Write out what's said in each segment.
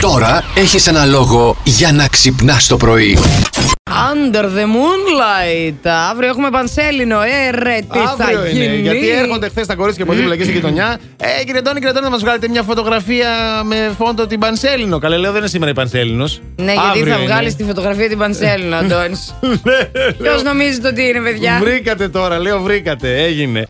Τώρα έχεις ένα λόγο για να ξυπνάς το πρωί. Under the moonlight. Αύριο έχουμε πανσέλινο. Ε, ρε, τι Αύριο θα είναι, γίνει. γιατί έρχονται χθες τα κορίτσια που δίπλα εκεί στην γειτονιά. Ε, κύριε Τόνι, κύριε Τόνι, να μας βγάλετε μια φωτογραφία με φόντο την Πανσέλινο. Καλά, λέω δεν είναι σήμερα η Πανσέλινος. Ναι, γιατί θα βγάλεις τη φωτογραφία την πανσέλινο, Αντώνης. Ποιο νομίζετε ότι είναι, παιδιά. Ναι. Βρήκατε τώρα, λέω βρήκατε, έγινε.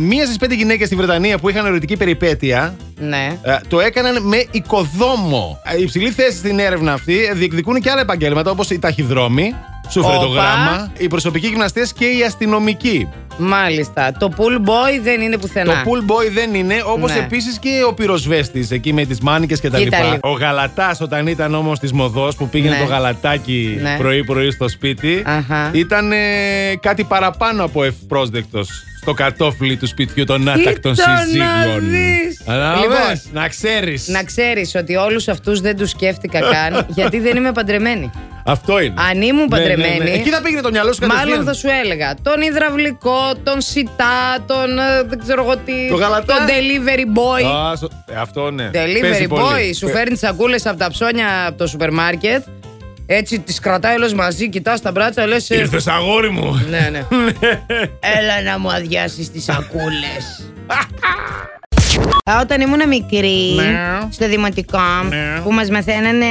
Μία στις πέντε γυναίκες στη Βρετανία που είχαν ερωτική περιπέτεια Ναι. ε, το έκαναν με οικοδόμο. Ε, Υψηλή θέση στην έρευνα αυτή ε, διεκδικούν και άλλα επαγγέλματα όπως οι ταχυδρόμοι, Όπα. σουφρετογράμμα, οι προσωπικοί γυμναστές και οι αστυνομικοί. Μάλιστα. Το pool boy δεν είναι Το πουθενά. pool boy δεν είναι, όπως Ναι. επίσης και ο πυροσβέστης εκεί με τις μάνικες και τα Κοίτα λοιπά. λίγο. Ο Γαλατάς, όταν ήταν όμως της Μοδός που πήγαινε Ναι. το γαλατάκι Ναι. πρωί-πρωί στο σπίτι, Αχα. ήταν ε, κάτι παραπάνω από ευπρόσδεκτος στο κατόφλι του σπιτιού των άτακτων το να συζύγων. δεις. Ανάβες, Λοιπόν, να ξέρεις. Να ξέρεις ότι όλους αυτούς δεν τους σκέφτηκα καν, γιατί δεν είμαι παντρεμένη. Αυτό είναι. Αν ήμουν Ναι, ναι, ναι. παντρεμένη, Εκεί θα πήγαινε το μυαλό σου κατευθείαν. Μάλλον θα σου έλεγα τον υδραυλικό, τον σιτά, τον ε, δεν ξέρω εγώ τι. Το γαλατά. Τον delivery boy. Α, σο- ε, Αυτό ναι. Παίζει Delivery πολύ. boy, σου Πε- φέρνει τι σακούλε από τα ψώνια από το σούπερ μάρκετ. Έτσι τις κρατάει όλες μαζί, κοιτάς τα μπράτσα, λες. Ήρθες, αγόρι μου. Ναι, ναι. Έλα να μου αδειάσεις τις σακούλες. Όταν ήμουν μικρή Ναι. στο δημοτικό Ναι. που μας μαθαίνανε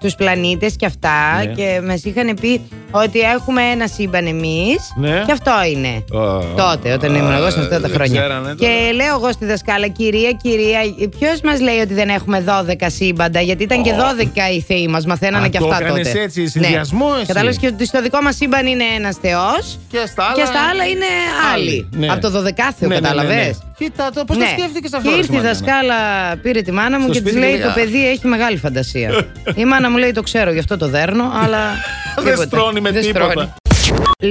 τους πλανήτες και αυτά Ναι. και μας είχαν πει ότι έχουμε ένα σύμπαν εμείς Ναι. και αυτό είναι. Α, Τότε, όταν ήμουν α, εγώ σε αυτά τα δεν χρόνια. Ε, ξέρανε τώρα. και λέω εγώ στη δασκάλα, κυρία, κυρία, ποιος μας λέει ότι δεν έχουμε 12 σύμπαντα, γιατί ήταν και 12 οι θεοί μας, μαθαίνανε Α, και το αυτά έκανες τότε. έτσι, συνδυασμό εσύ. Κατάλαβες και ότι στο δικό μας σύμπαν είναι ένας θεός Και στα άλλα, και στα άλλα είναι άλλοι. Ναι. Από το 12 θεό, Ναι, ναι, ναι, ναι. κατάλαβες. Κοίτα, το, πώς το σκέφτηκες αυτό. Ναι. Και ρε, ήρθε η Μαριάννα. δασκάλα, πήρε τη μάνα μου Στο και της σπίτι λέει: και Το λέει, «Α». παιδί έχει μεγάλη φαντασία. η μάνα μου λέει: Το ξέρω, γι' αυτό το δέρνω, αλλά. Δεν τίποτα. στρώνει με Δεν τίποτα. στρώνει.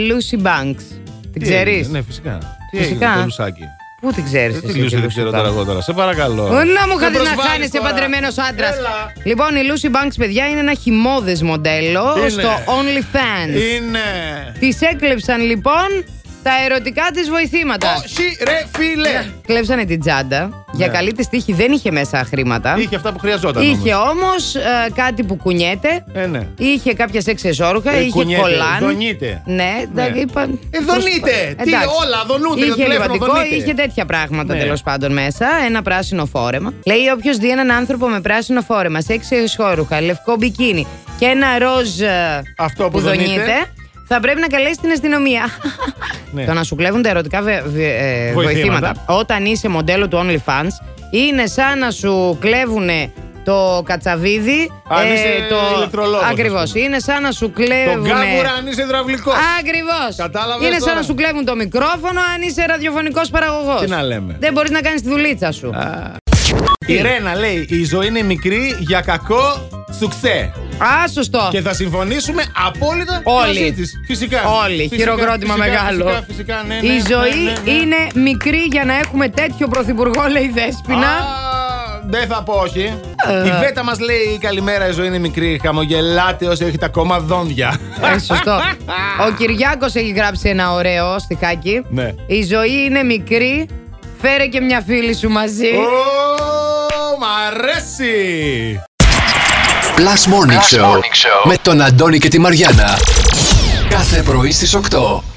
Lucy Banks. Την Τι ξέρεις. έγινε, Ναι, φυσικά. Τι Φυσικά. έγινε το λουσάκι. Πού την ξέρεις. Τι λούσι δεν ξέρω τώρα εγώ τώρα. Σε παρακαλώ. Να μου Δεν κάνεις να προσβάλλεις χάνεσαι τώρα. παντρεμένο άντρας. Έλα. Λοιπόν, η Lucy Banks, παιδιά, είναι ένα χυμόδε μοντέλο Είναι. στο OnlyFans. Είναι. Τη έκλεψαν λοιπόν τα ερωτικά της βοηθήματα. Όχι, ρε φίλε. Κλέψανε την τσάντα. Για Ναι. καλή της τύχη δεν είχε μέσα χρήματα. Είχε αυτά που χρειαζόταν. Ναι. Είχε όμως. όμως κάτι που κουνιέται. Ε, ναι. Είχε κάποια σεξ εσόρουχα, Ε, είχε κουνιέται, κολάν. δονείται. Ναι, τα Ναι. είπα. Ε, δονείται. Τι, Εντάξει. όλα δονούνται, το Είχε τηλέφωνο λιβαντικό, δονείται. είχε τέτοια πράγματα Ναι. τέλος πάντων μέσα. Ένα πράσινο φόρεμα. Λέει: Όποιος δει έναν άνθρωπο με πράσινο φόρεμα, σεξ εσόρουχα, λευκό μπικίνι και ένα ροζ ε, Αυτό που δονείται, δονείται, θα πρέπει να καλέσει την αστυνομία. Ναι. Το να σου κλέβουν τα ερωτικά βε- βε- ε, Βοηθήματα. βοηθήματα όταν είσαι μοντέλο του OnlyFans είναι σαν να σου κλέβουν το κατσαβίδι. Αν είσαι ηλεκτρολόγος, Ε, Ακριβώς. ας πούμε. Είναι σαν να σου Τον κλέβουν. κάβουρα αν είσαι υδραυλικός. Ακριβώς. Κατάλαβες Είναι σαν τώρα. να σου κλέβουν το μικρόφωνο αν είσαι ραδιοφωνικός παραγωγός Τι να λέμε. Δεν μπορείς να κάνεις τη δουλίτσα σου. Η Ρένα λέει: Η ζωή είναι μικρή για κακό σουξέ. Α, σωστό. Και θα συμφωνήσουμε απόλυτα Όλοι. μαζί της. Φυσικά. Όλοι. Φυσικά, Χειροκρότημα φυσικά, μεγάλο. Φυσικά, φυσικά, ναι, ναι, Η ναι, ζωή ναι, ναι. είναι μικρή για να έχουμε τέτοιο πρωθυπουργό, λέει η Δέσποινα. Α, Δεν θα πω όχι. Ε. Η Βέτα μας λέει: Καλημέρα, η ζωή είναι μικρή. Χαμογελάτε όσοι έχετε ακόμα δόντια. Ε, σωστό. Ο Κυριάκος έχει γράψει ένα ωραίο στιχάκι. Ναι. Η ζωή είναι μικρή. Φέρε και μια φίλη σου μαζί. Ω, μ' αρέσει! Plus Morning, Show, με τον Αντώνη και τη Μαριάνα. Κάθε πρωί στις 8.